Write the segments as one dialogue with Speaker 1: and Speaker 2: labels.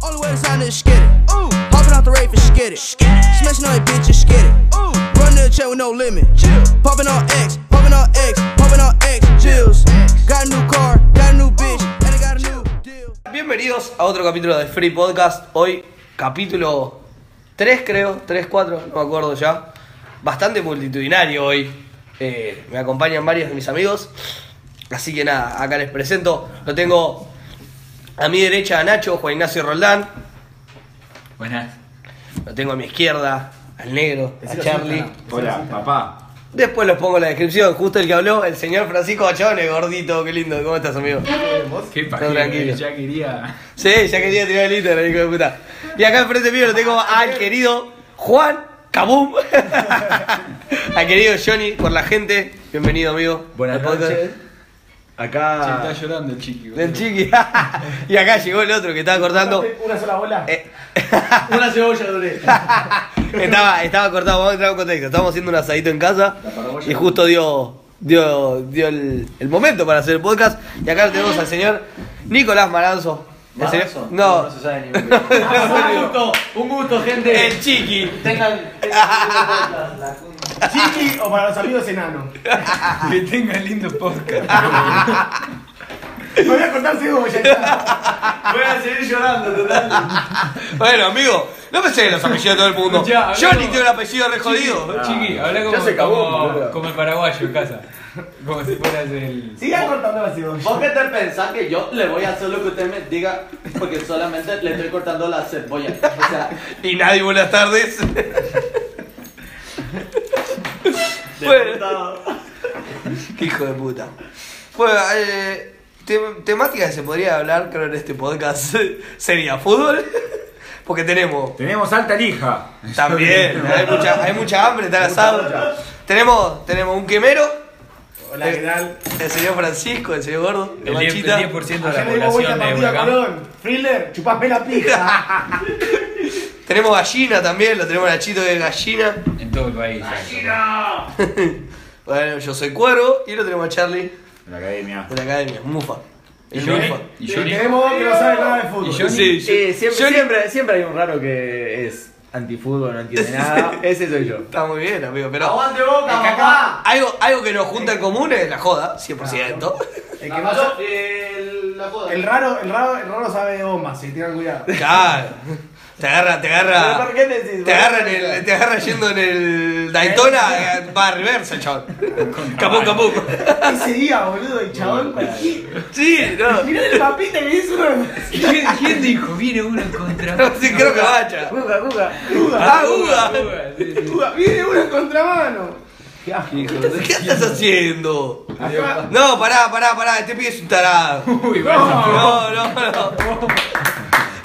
Speaker 1: Always on this skid it. Ooh, hopping out the rave and skid it. Smashing on a bitch and skid it. Ooh, running the check with no limit. Chill. Popping on X, popping on X, popping on X. Chills. Got a new car, got a new bitch, and I got a new deal.
Speaker 2: Bienvenidos a otro capítulo de Free Podcast. Hoy, capítulo 3, creo, 3, 4, no me acuerdo ya. Bastante multitudinario hoy. Eh, me acompañan varios de mis amigos. Así que nada, acá les presento. Lo tengo a mi derecha a Nacho, Juan Ignacio Roldán.
Speaker 3: Buenas.
Speaker 2: Lo tengo a mi izquierda al negro, a Charlie.
Speaker 4: Hola, papá.
Speaker 2: Después los pongo en la descripción. Justo el que habló, el señor Francisco Bachones, gordito. Qué lindo, ¿cómo estás, amigo?
Speaker 3: Qué
Speaker 2: pajero, tranquilo.
Speaker 3: ya quería.
Speaker 2: Sí, ya quería tirar el Instagram, hijo de puta. Y acá enfrente mío lo tengo al querido Juan Cabum. al querido Johnny por la gente. Bienvenido, amigo.
Speaker 4: Buenas
Speaker 2: Al podcast
Speaker 4: noches.
Speaker 3: Está
Speaker 4: Acá.
Speaker 3: llorando el chiqui. boludo.
Speaker 2: Del chiqui. y acá llegó el otro que estaba cortando.
Speaker 5: Una sola bola.
Speaker 2: Eh,
Speaker 5: Una cebolla duré.
Speaker 2: estaba, estaba cortado, vamos a entrar en contexto. Estábamos haciendo un asadito en casa y justo dio, dio, dio el, el momento para hacer el podcast. Y acá lo tenemos al señor Nicolás Maranzo. El señor-
Speaker 5: ¿Maranzo?
Speaker 2: No,
Speaker 5: No se sabe ni un gusto, un gusto, gente.
Speaker 2: el chiqui.
Speaker 5: Tengan. Chiqui o para los amigos enano.
Speaker 3: Que tenga lindo podcast.
Speaker 5: Me voy a cortar cebolla.
Speaker 3: Voy a seguir llorando, total.
Speaker 2: Bueno, amigo, no pensé en los apellidos de todo el mundo.
Speaker 3: Ya, hablamos.
Speaker 2: Johnny tiene un apellido re jodido.
Speaker 3: Chiqui, habla como,
Speaker 4: se cagó,
Speaker 3: como-
Speaker 4: boludo.
Speaker 3: como el paraguayo en casa. Como si fueras el.
Speaker 5: Sigan cortando la cebolla.
Speaker 6: ¿Vos qué te pensás que yo le voy a hacer lo que usted me diga? Porque solamente le estoy cortando la cebolla. O sea,
Speaker 2: Y nadie, buenas tardes.
Speaker 6: de
Speaker 2: bueno,
Speaker 6: puta.
Speaker 2: qué hijo de puta. Bueno, eh, tem- temática que se podría hablar, creo, en este podcast sería fútbol. Porque tenemos
Speaker 4: Tenemos alta lija.
Speaker 2: también, hay mucha, hay mucha hambre, está el asado. Tenemos, tenemos un quemero,
Speaker 5: Hola, ¿qué tal?
Speaker 2: el señor Francisco, el señor Gordo, el
Speaker 3: El 10%,
Speaker 2: machita.
Speaker 3: el 10 de
Speaker 5: Ayer
Speaker 3: la
Speaker 5: le dimos
Speaker 3: población
Speaker 5: vuelta a
Speaker 3: de
Speaker 5: partido a
Speaker 3: Huracán.
Speaker 5: Colón. Thriller, chupame la pija.
Speaker 2: Tenemos gallina también, lo tenemos Nachito que es gallina.
Speaker 3: En todo el país.
Speaker 2: Bueno, yo soy cuervo y lo tenemos a Charlie
Speaker 4: De la academia.
Speaker 2: de la academia, Mufa.
Speaker 3: ¿Y
Speaker 2: El
Speaker 3: yo?
Speaker 2: Mufa.
Speaker 3: ¿Y
Speaker 5: Y
Speaker 3: yo?
Speaker 5: tenemos dos que no sabe nada de fútbol.
Speaker 3: ¿Y yo?
Speaker 2: Sí,
Speaker 7: Sí, siempre,
Speaker 2: Johnny-
Speaker 7: siempre, siempre hay un raro que es antifútbol, no entiende nada. Ese soy yo.
Speaker 2: Está muy bien, amigo, pero.
Speaker 6: ¡Aguante boca, papá!
Speaker 2: Algo, algo que nos junta en común es la joda, 100%.
Speaker 5: El
Speaker 6: La
Speaker 5: que no sabe-
Speaker 6: mayor- el- la joda.
Speaker 5: El raro, el raro, el raro sabe de bombas, si tengan cuidado.
Speaker 2: Claro. Te agarra, te
Speaker 7: ¿Pero
Speaker 2: agarra.
Speaker 7: por qué decís?
Speaker 2: Te agarra, en el, te agarra yendo en el Daytona, eh, va a reversa, chaval. Capón, capón.
Speaker 5: Ese día, boludo, el chabón. cualquier-
Speaker 2: Sí, no.
Speaker 5: Mirá el papita que hizo uno. de-
Speaker 3: ¿Quién, quién dijo? Viene uno en contra.
Speaker 2: Sí, creo que vaya.
Speaker 7: Guga, guga.
Speaker 2: Ah, uva.
Speaker 3: sí, sí.
Speaker 5: Viene uno en contramano.
Speaker 2: ¿Qué estás haciendo?
Speaker 5: Acá-
Speaker 2: No, pará, pará, pará, este pibe es un tarado.
Speaker 3: Uy, bueno.
Speaker 2: No, no, no.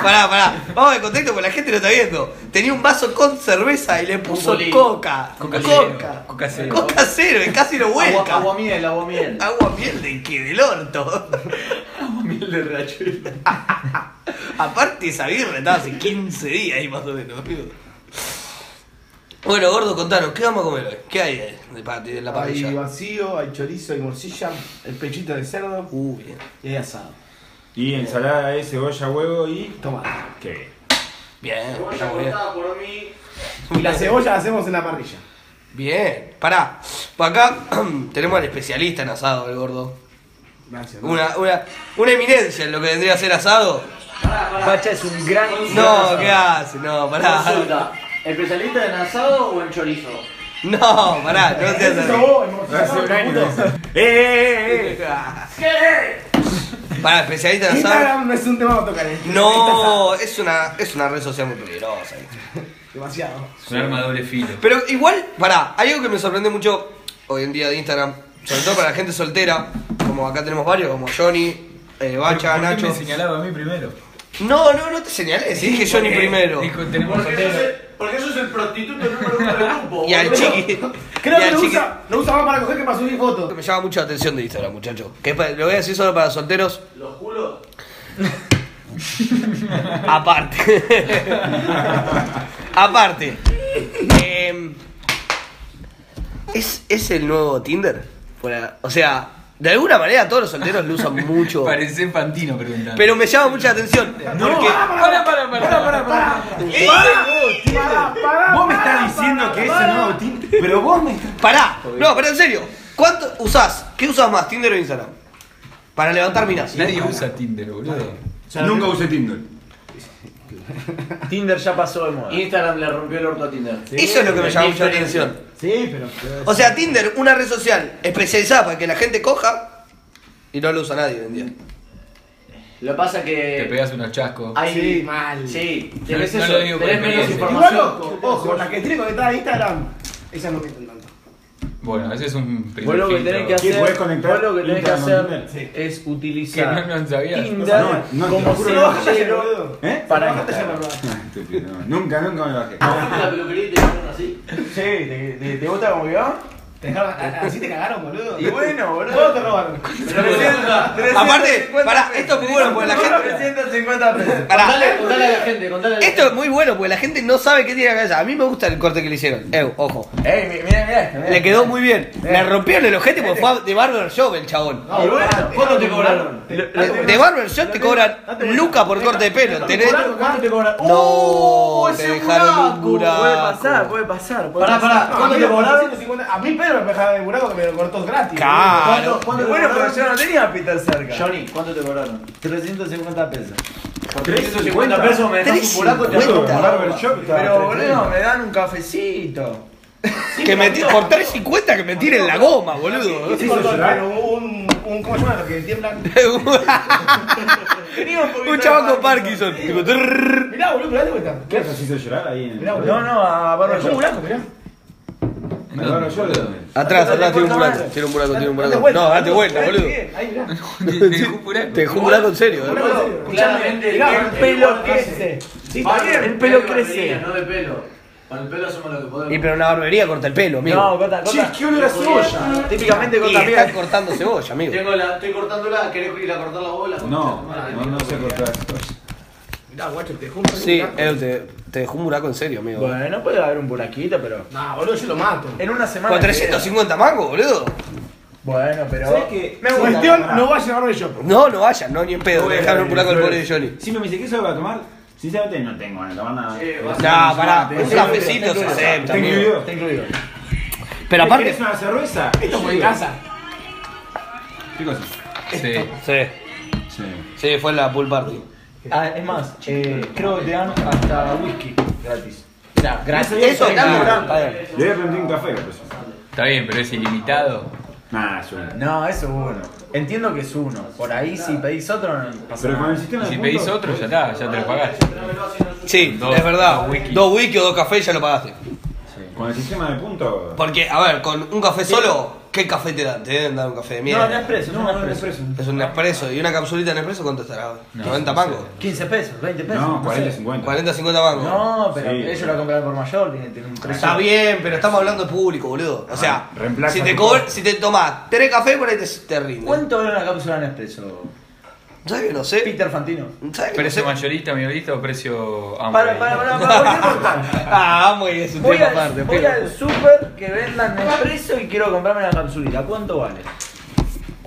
Speaker 2: Pará, pará. Vamos en contexto porque la gente lo está viendo. Tenía un vaso con cerveza y le puso
Speaker 6: bolillo.
Speaker 2: coca.
Speaker 3: Coca cero.
Speaker 2: Coca.
Speaker 3: Coca cero.
Speaker 2: Coca cero y casi lo
Speaker 6: Agua,
Speaker 2: vuelca.
Speaker 6: agua miel, agua miel.
Speaker 2: Agua miel de que del orto.
Speaker 6: miel de Rachel.
Speaker 2: Aparte esa birra estaba hace 15 días ahí más o menos, amigo. Bueno, gordo, contanos, ¿qué vamos a comer hoy? ¿Qué hay de, pa- de la
Speaker 5: Hay
Speaker 2: parrilla?
Speaker 5: vacío, hay chorizo, hay morcilla, el pechito de cerdo
Speaker 2: Uh, bien.
Speaker 5: y hay asado.
Speaker 4: Y ensalada de cebolla, huevo y.
Speaker 5: Toma.
Speaker 4: ¿Qué?
Speaker 2: Bien,
Speaker 6: Cebolla
Speaker 2: estamos bien.
Speaker 6: cortada por mí.
Speaker 5: Y la cebolla la hacemos en la parrilla.
Speaker 2: Bien, pará. Pues Acá tenemos al especialista en asado, el gordo.
Speaker 5: Gracias.
Speaker 2: Una, una, una eminencia en lo que vendría a ser asado.
Speaker 6: Pará, pará.
Speaker 7: Pacha es un gran.
Speaker 2: No, ¿qué hace? No, pará.
Speaker 6: Consulta. ¿Especialista en asado o en chorizo?
Speaker 2: No, pará, no
Speaker 5: ¿Qué
Speaker 2: seas
Speaker 5: hizo
Speaker 2: así.
Speaker 5: vos, el
Speaker 4: Hace
Speaker 5: morcillano,
Speaker 4: un año.
Speaker 5: puto?
Speaker 4: ¡Eh, eh, eh!
Speaker 2: Pará, especialista en asado.
Speaker 5: Instagram no es un tema para tocar. ¿eh?
Speaker 2: No, es una, es una red social muy peligrosa. ¿viste?
Speaker 5: Demasiado.
Speaker 3: Es un arma de doble filo.
Speaker 2: Pero igual, pará, hay algo que me sorprende mucho hoy en día de Instagram, sobre todo para la gente soltera, como acá tenemos varios, como Johnny, eh, Bacha,
Speaker 3: ¿Por qué
Speaker 2: Nacho.
Speaker 3: me señalaba a mí primero?
Speaker 2: No, no, no te señalé, sí, dije Johnny
Speaker 3: Porque
Speaker 2: primero.
Speaker 3: Dijo, tenemos
Speaker 6: Porque sos
Speaker 3: soltero.
Speaker 6: el- porque sos el prostituto número uno del grupo.
Speaker 2: Y al
Speaker 6: boludo.
Speaker 2: chiqui.
Speaker 5: Creo
Speaker 2: y
Speaker 5: que
Speaker 2: al
Speaker 5: lo
Speaker 2: chiqui.
Speaker 5: usa, lo usa más para coger que para subir
Speaker 2: Lo que
Speaker 5: fotos.
Speaker 2: Me llama mucho la atención de Instagram, muchacho. Que es pa- lo voy a decir solo para solteros,
Speaker 6: Los culos.
Speaker 2: aparte. aparte. Em, ¿es, ¿Es el nuevo Tinder? Fuera- O sea, de alguna manera todos los solteros lo usan mucho.
Speaker 3: Parece Fantino preguntando.
Speaker 2: Pero me llama mucha atención.
Speaker 3: No,
Speaker 2: porque
Speaker 3: para, para, para,
Speaker 5: pará, pará, pará,
Speaker 4: Vos me
Speaker 5: pará,
Speaker 4: estás diciendo
Speaker 5: pará,
Speaker 4: que ese
Speaker 5: pará.
Speaker 4: nuevo Tinder. Pero vos me estás.
Speaker 2: Pará, no, pero en serio, ¿cuánto usás? ¿Qué usás más, Tinder o Instagram? Para levantar minas.
Speaker 3: Nadie usa Tinder, boludo.
Speaker 4: Nunca usé Tinder.
Speaker 7: Tinder ya pasó de moda.
Speaker 6: Instagram le rompió el orto a Tinder.
Speaker 2: Eso es lo que me llama mucho la atención.
Speaker 5: Sí, pero.
Speaker 2: O sea, Tinder, una red social especializada para que la gente coja y no lo usa nadie hoy en día.
Speaker 6: Lo que pasa
Speaker 3: Te
Speaker 6: que.
Speaker 3: pegas unos chascos.
Speaker 6: Eh, Hay,
Speaker 5: Sí, mal.
Speaker 6: Sí,
Speaker 3: No-
Speaker 6: tenés
Speaker 3: no
Speaker 6: eso,
Speaker 3: lo digo por
Speaker 6: tenés menos
Speaker 3: experiencia.
Speaker 5: Igual,
Speaker 6: información.
Speaker 5: ojo, ojo, la que tiene conectada a Instagram, esa no mienten tanto.
Speaker 3: Bueno, ese es un
Speaker 7: Vos
Speaker 3: primer
Speaker 7: lo que tenés que
Speaker 3: filtro.
Speaker 7: hacer,
Speaker 4: ¿Qué, podés conectar
Speaker 7: vos lo que tenés que
Speaker 4: Instagram con
Speaker 7: hacer
Speaker 5: Tinder?
Speaker 7: es
Speaker 3: Que
Speaker 7: utilizar
Speaker 3: no, no sabías.
Speaker 7: Tinder
Speaker 4: No, no, te
Speaker 7: como
Speaker 4: juro,
Speaker 5: no bajas el
Speaker 7: semillero
Speaker 5: boludo.
Speaker 4: ¿Eh?
Speaker 7: para
Speaker 5: Bájate ya la
Speaker 7: Instagram.
Speaker 5: verdad.
Speaker 4: Estúpido, Este no. Nunca, nunca me bajé.
Speaker 6: Fuiste a la peluquería y te llamaron así.
Speaker 7: Sí, ¿te, te, te gusta como yo?
Speaker 5: Te dejaron- a- Así te cagaron, boludo.
Speaker 7: Y bueno, boludo.
Speaker 5: ¿Cuándo te robaron?
Speaker 2: Aparte, pará, esto es muy bueno porque la gente.
Speaker 7: 350 pesos.
Speaker 2: Pará,
Speaker 6: Contale, contale a la gente, contale a la
Speaker 2: esto es muy bueno porque la gente no sabe qué tiene la cabeza. A mí me gusta el corte que le hicieron. Eh, ojo.
Speaker 7: Ey, mi- mirá, mirá esto. mirá
Speaker 2: Le
Speaker 7: esto.
Speaker 2: quedó muy bien.
Speaker 7: Eh.
Speaker 2: Le rompieron el ojete porque fue de Barber Shop el chabón.
Speaker 5: No, bueno,
Speaker 6: ¿Cuánto te cobraron?
Speaker 2: De Barber Shop te cobran Luca por corte de pelo. Tenés.
Speaker 7: ¿Cuánto te cobran?
Speaker 2: No, te dejaron un buraco.
Speaker 7: Oh, Puede pasar, puede pasar. Puede
Speaker 6: Pará,
Speaker 7: pasar.
Speaker 6: pará.
Speaker 5: ¿Cuánto te cobraron? A mí Pedro me dejaba de buraco que me lo cortó gratis.
Speaker 2: Claro.
Speaker 5: ¿Cuánto te
Speaker 7: Bueno, pero
Speaker 5: cobraron?
Speaker 7: yo no tenía a Peter cerca.
Speaker 6: Johnny, ¿cuánto te cobraron?
Speaker 7: 350 pesos.
Speaker 6: Por 350 pesos me dejas un polaco y te hago un
Speaker 2: 350.
Speaker 6: polaco.
Speaker 4: Barbershop estaba
Speaker 7: Pero
Speaker 4: 330.
Speaker 7: boludo, me dan un cafecito.
Speaker 2: Que me ti- por 3.50 que me tiren la goma, boludo.
Speaker 5: Sí, cortó el pelo, un, un, ¿cómo se llama? Los que tiemblan.
Speaker 7: Tenía un poquito
Speaker 2: Un
Speaker 7: de
Speaker 2: chabón con
Speaker 7: Parkinson.
Speaker 2: Parkinson. Tipo, trrr.
Speaker 5: Mirá, boludo, mirá de vuelta.
Speaker 4: ¿Qué nos hizo llorar ahí en
Speaker 5: Mirá, boludo.
Speaker 7: No, no, a
Speaker 5: Es un
Speaker 7: Barbershop.
Speaker 5: buraco, mirá.
Speaker 4: en el barrio yo boludo?
Speaker 2: Atrás,
Speaker 7: No te
Speaker 2: atrás, tiene un
Speaker 7: importa
Speaker 2: buraco.
Speaker 7: nada.
Speaker 2: Tiene un buraco, tiene un
Speaker 5: Date
Speaker 2: buraco.
Speaker 5: vuelta,
Speaker 2: No, date vuelta,
Speaker 5: Ahí,
Speaker 2: boludo.
Speaker 5: Ahí, mirá.
Speaker 3: Te dejó un buraco.
Speaker 2: Te dejó un buraco en serio, boludo.
Speaker 5: Boludo,
Speaker 6: Claramente,
Speaker 5: mirá,
Speaker 6: el
Speaker 5: pelo
Speaker 6: pelo
Speaker 5: crece. Sí, está
Speaker 6: Barber,
Speaker 5: bien.
Speaker 7: el pelo
Speaker 6: de barbería,
Speaker 7: crece.
Speaker 6: No de pelo. Con el pelo hacemos lo que podemos.
Speaker 2: Y pero una barbería corta el pelo, amigo.
Speaker 7: No, corta, corta.
Speaker 4: qué olor a cebolla.
Speaker 7: Típicamente
Speaker 2: y
Speaker 7: corta
Speaker 2: están
Speaker 7: piel.
Speaker 2: cortando cebolla, amigo.
Speaker 6: Tengo la, estoy cortándola, ¿querés ir a cortar la bola?
Speaker 4: No, no, no sé cortar cebolla.
Speaker 5: Mirá, guacho, te junto.
Speaker 2: Sí, Edu, te, te dejó un buraco en serio, amigo.
Speaker 7: Bueno, puede haber un buraquito, pero.
Speaker 5: Nah, boludo, yo lo mato.
Speaker 7: En una semana.
Speaker 2: Con 350 mangos, boludo.
Speaker 7: Bueno, pero.
Speaker 4: ¿Sabes qué?
Speaker 7: Me gusta.
Speaker 5: Cuestión, no va a llevar de shop.
Speaker 2: No, no vayan, no, ni en pedo. Dejaron un buraco al pobre de Johnny.
Speaker 4: Si me dice que eso va a tomar, sinceramente no tengo ganas de tomar nada.
Speaker 6: Sí, vas
Speaker 2: No, pará, un cafecito se acepta,
Speaker 4: Está
Speaker 2: amigo.
Speaker 4: incluido.
Speaker 2: Pero aparte.
Speaker 4: ¿Querés una cerveza?
Speaker 5: Esto fue en casa.
Speaker 4: ¿Qué cosa?
Speaker 3: Sí.
Speaker 2: Sí,
Speaker 4: Sí.
Speaker 2: sí, fue la pool party.
Speaker 7: Ah, es más, eh, creo que te dan hasta whisky gratis.
Speaker 4: Gracias.
Speaker 2: Eso
Speaker 4: Le
Speaker 2: está
Speaker 7: Padre.
Speaker 4: voy a prender un café, la persona.
Speaker 3: Está bien, pero es ilimitado.
Speaker 4: Nah, suena.
Speaker 7: No, eso es uno. Entiendo que es uno. Por ahí si pedís otro no pasa
Speaker 4: Pero con el
Speaker 7: nada.
Speaker 4: sistema
Speaker 3: Y
Speaker 4: de
Speaker 3: si
Speaker 4: puntos-
Speaker 3: pedís otro, ya está, ya te lo pagás.
Speaker 2: Sí,
Speaker 3: Dos-
Speaker 2: es verdad.
Speaker 3: dos whisky.
Speaker 2: Dos wiki o dos cafés ya lo pagaste.
Speaker 4: Con el sistema de puntos...
Speaker 2: Porque, a ver, con un café solo, ¿qué café te dan? Te deben dar un café de mierda.
Speaker 7: No, no es preso, no, no es preso.
Speaker 2: Es un expreso. ¿Y una capsulita en expreso cuánto estará?
Speaker 3: No,
Speaker 2: 90
Speaker 3: no sé.
Speaker 2: mangos.
Speaker 7: 15 pesos, 20 pesos.
Speaker 4: No,
Speaker 7: sé.
Speaker 4: 40, 50.
Speaker 2: 40, 50 mangos.
Speaker 7: No, pero
Speaker 4: Sí.
Speaker 7: ellos lo compraron por mayor, tienen, tienen un precio.
Speaker 2: Está bien, pero estamos hablando de público, boludo. O sea,
Speaker 4: reemplaza
Speaker 2: si te,
Speaker 4: tu
Speaker 2: cobr-
Speaker 4: costo.
Speaker 2: si te tomás tres cafés, por ahí te, te rinde.
Speaker 7: ¿Cuánto vale una cápsula en expreso?
Speaker 2: ¿Sabes que no sé?
Speaker 7: Peter Fantino.
Speaker 2: ¿Sabes que no
Speaker 3: Precio
Speaker 2: sé?
Speaker 3: mayorista, minorista o precio amplio.
Speaker 7: Para, para, para, para, voy a cortar.
Speaker 2: Ah, amo y es un
Speaker 7: Voy
Speaker 2: tema
Speaker 7: al,
Speaker 2: aparte.
Speaker 7: voy
Speaker 2: pero-
Speaker 7: al super que vendan expreso y quiero comprarme una capsulita. ¿Cuánto vale?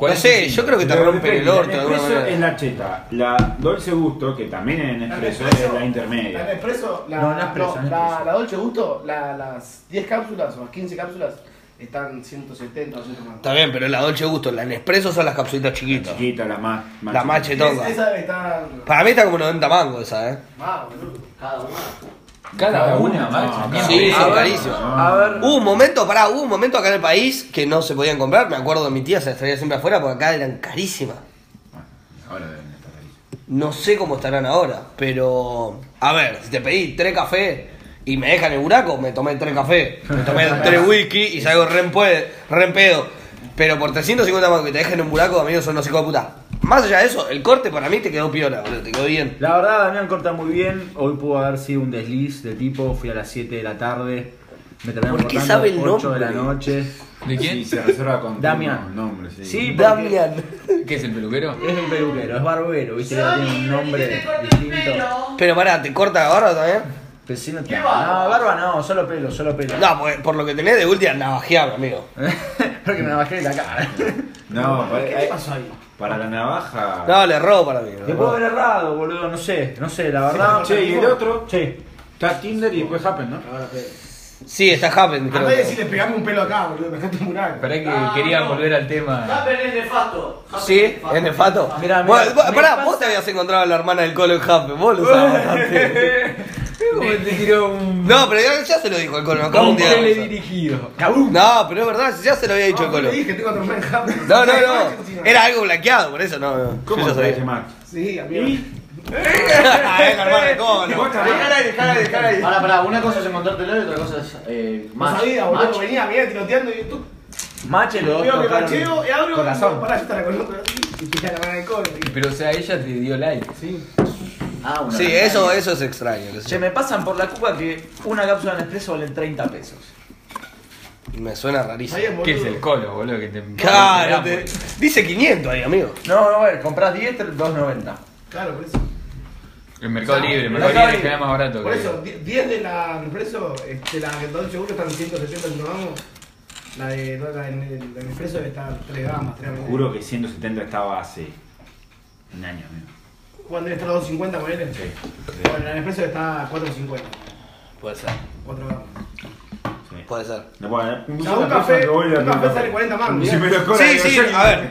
Speaker 2: No sé, yo creo que te
Speaker 4: Pero
Speaker 2: rompen el
Speaker 4: depende,
Speaker 2: orto de alguna
Speaker 4: Nespresso es
Speaker 2: manera.
Speaker 4: la cheta. La Dolce Gusto, que también es en Espresso, es la
Speaker 2: Eh,
Speaker 5: La
Speaker 4: intermedia.
Speaker 5: Nespresso, Ah, la,
Speaker 7: No, no Nespresso,
Speaker 5: no,
Speaker 7: no
Speaker 5: la,
Speaker 7: Nespresso.
Speaker 5: la Dolce Gusto, la- las 10 cápsulas o las 15 cápsulas están 170 o 190.
Speaker 2: Está bien, pero la Dolce Gusto, la Nespresso son las capsulitas chiquitas.
Speaker 4: Chiquita, la más...
Speaker 2: La más
Speaker 4: chiquita.
Speaker 2: chetonga.
Speaker 5: Es- Esa debe estar.
Speaker 2: Para mí está como 90 mangos esa, ¿eh?
Speaker 5: Ah, boludo.
Speaker 6: Cada uno.
Speaker 3: Cada una,
Speaker 4: No,
Speaker 3: macho.
Speaker 4: cada
Speaker 2: Sí,
Speaker 4: una.
Speaker 2: son
Speaker 4: Ah,
Speaker 2: carísimas.
Speaker 4: no.
Speaker 7: A ver.
Speaker 2: Hubo un momento, pará, hubo un momento acá en el país que no se podían comprar. Me acuerdo, mi tía se las traía siempre afuera porque acá eran carísimas.
Speaker 4: Ahora deben estar ahí.
Speaker 2: No sé cómo estarán ahora, pero. A ver, si te pedí tres cafés y me dejan el buraco, me tomé tres cafés, me tomé tres whisky y salgo re en, pue- re en pedo. Pero por 350 más que te dejen un buraco, amigos, son no sé cómo puta. Más allá de eso, el corte para mí te quedó piola, boludo, te quedó bien.
Speaker 7: La verdad, Damián corta muy bien. Hoy pudo haber sido un desliz de tipo. Fui a las 7 de la tarde. Me terminaron
Speaker 2: ¿Por qué
Speaker 7: cortando
Speaker 2: sabe el
Speaker 7: 8
Speaker 2: nombre?
Speaker 7: de la noche.
Speaker 3: ¿De
Speaker 4: Sí,
Speaker 3: quién?
Speaker 4: se reserva con
Speaker 7: Damián.
Speaker 4: nombre, sí.
Speaker 7: Sí, porque
Speaker 2: Damian.
Speaker 3: ¿Qué es el peluquero?
Speaker 7: Es un peluquero, es barbero, ¿viste? que tiene un nombre distinto.
Speaker 2: Pero pará, ¿te corta la barba también?
Speaker 7: Pero si no te. No, barba no, solo pelo, solo pelo.
Speaker 2: No, porque por lo que tenés de última, navajeable, amigo.
Speaker 7: Creo que me la bajé de la cara.
Speaker 4: No, ¿Qué
Speaker 5: pasó ahí?
Speaker 4: Para la navaja.
Speaker 2: No, le robo para mí.
Speaker 7: Te puedo haber errado, boludo, no sé, no sé, la verdad.
Speaker 4: Che, ¿y el otro?
Speaker 7: Che.
Speaker 4: Está Tinder y después Happen, ¿no?
Speaker 2: Sí, está Happen,
Speaker 5: Andá y
Speaker 2: creo.
Speaker 5: decirle, pegame un pelo acá, boludo, dejate un mural.
Speaker 3: Esperá que
Speaker 6: Ah,
Speaker 3: quería
Speaker 6: no.
Speaker 3: volver al tema.
Speaker 6: Happen es nefasto. Happen
Speaker 2: Sí, es nefato.
Speaker 7: Mirá, mirá,
Speaker 2: Bueno, vos-
Speaker 7: me
Speaker 2: pará,
Speaker 7: pasa-
Speaker 2: vos te habías encontrado a la hermana del Colo en Happen, vos lo sabes bastante.
Speaker 3: ¿Cómo te tiró un...
Speaker 2: No, pero ya se lo dijo el Colo, acá un
Speaker 3: Un
Speaker 2: día.
Speaker 3: teledirigido.
Speaker 2: No, pero es verdad, ya se lo había dicho el Colo.
Speaker 5: Ah, Te dije, tengo tormenta en Japón.
Speaker 2: No, no, no. Era algo blanqueado, por eso no. no.
Speaker 4: ¿Cómo
Speaker 2: Yo ya
Speaker 4: te
Speaker 2: sabía.
Speaker 4: hace Max?
Speaker 5: Sí, amigo.
Speaker 2: Ah, es la hermana del Colo.
Speaker 6: Dejala ahí, dejala ahí, dejala ahí. Pará, pará, una cosa es encontrártelo y otra cosa es eh,
Speaker 5: No
Speaker 6: match.
Speaker 5: sabía, boludo.
Speaker 6: Match.
Speaker 5: Venía, mirá, tiroteando y tú.
Speaker 7: Mache los
Speaker 5: Veo
Speaker 7: dos
Speaker 5: que
Speaker 7: tocaron
Speaker 5: macheo, y abro.
Speaker 7: con
Speaker 5: y
Speaker 7: razón.
Speaker 5: digo, Pará, yo estaba con otro. Y pillé la mano de cobre.
Speaker 3: Pero o sea, ella te dio like.
Speaker 6: Ah, una
Speaker 2: Sí,
Speaker 6: ventana.
Speaker 2: eso, eso es extraño. qué sé
Speaker 7: Se me pasan por la cuba que una cápsula en expreso valen 30 pesos.
Speaker 2: yo. Me suena rarísimo.
Speaker 5: Sabía, boludo.
Speaker 3: ¿Qué es el colo, boludo? Que te...
Speaker 2: Claro, te- dice 500 ahí, amigo.
Speaker 7: No, no, a ver, compras 10, 2.90.
Speaker 5: Claro, por eso.
Speaker 3: El mercado libre, el
Speaker 5: No
Speaker 3: mercado
Speaker 5: sabe.
Speaker 3: libre queda más barato.
Speaker 5: Por
Speaker 3: que-
Speaker 5: eso, 10 de la Nespresso, este, la de 12 euros están 170 si tomamos. La de la de, la de Nespresso está 3 gamas, 3
Speaker 4: Te Juro que 170 estaba hace un año, amigo.
Speaker 5: ¿Cuándo debe estar a 2.50 con él?
Speaker 4: Sí,
Speaker 5: Bueno, la Nespresso está a 4.50,
Speaker 2: Puede ser,
Speaker 5: 4 gamas.
Speaker 4: sí.
Speaker 2: puede ser.
Speaker 4: No puedo ganar
Speaker 5: O sea, un café, un café sale 40 más.
Speaker 4: Si me lo cobran,
Speaker 2: Sí,
Speaker 4: digo,
Speaker 2: sí,
Speaker 4: yo ni-
Speaker 2: a ver.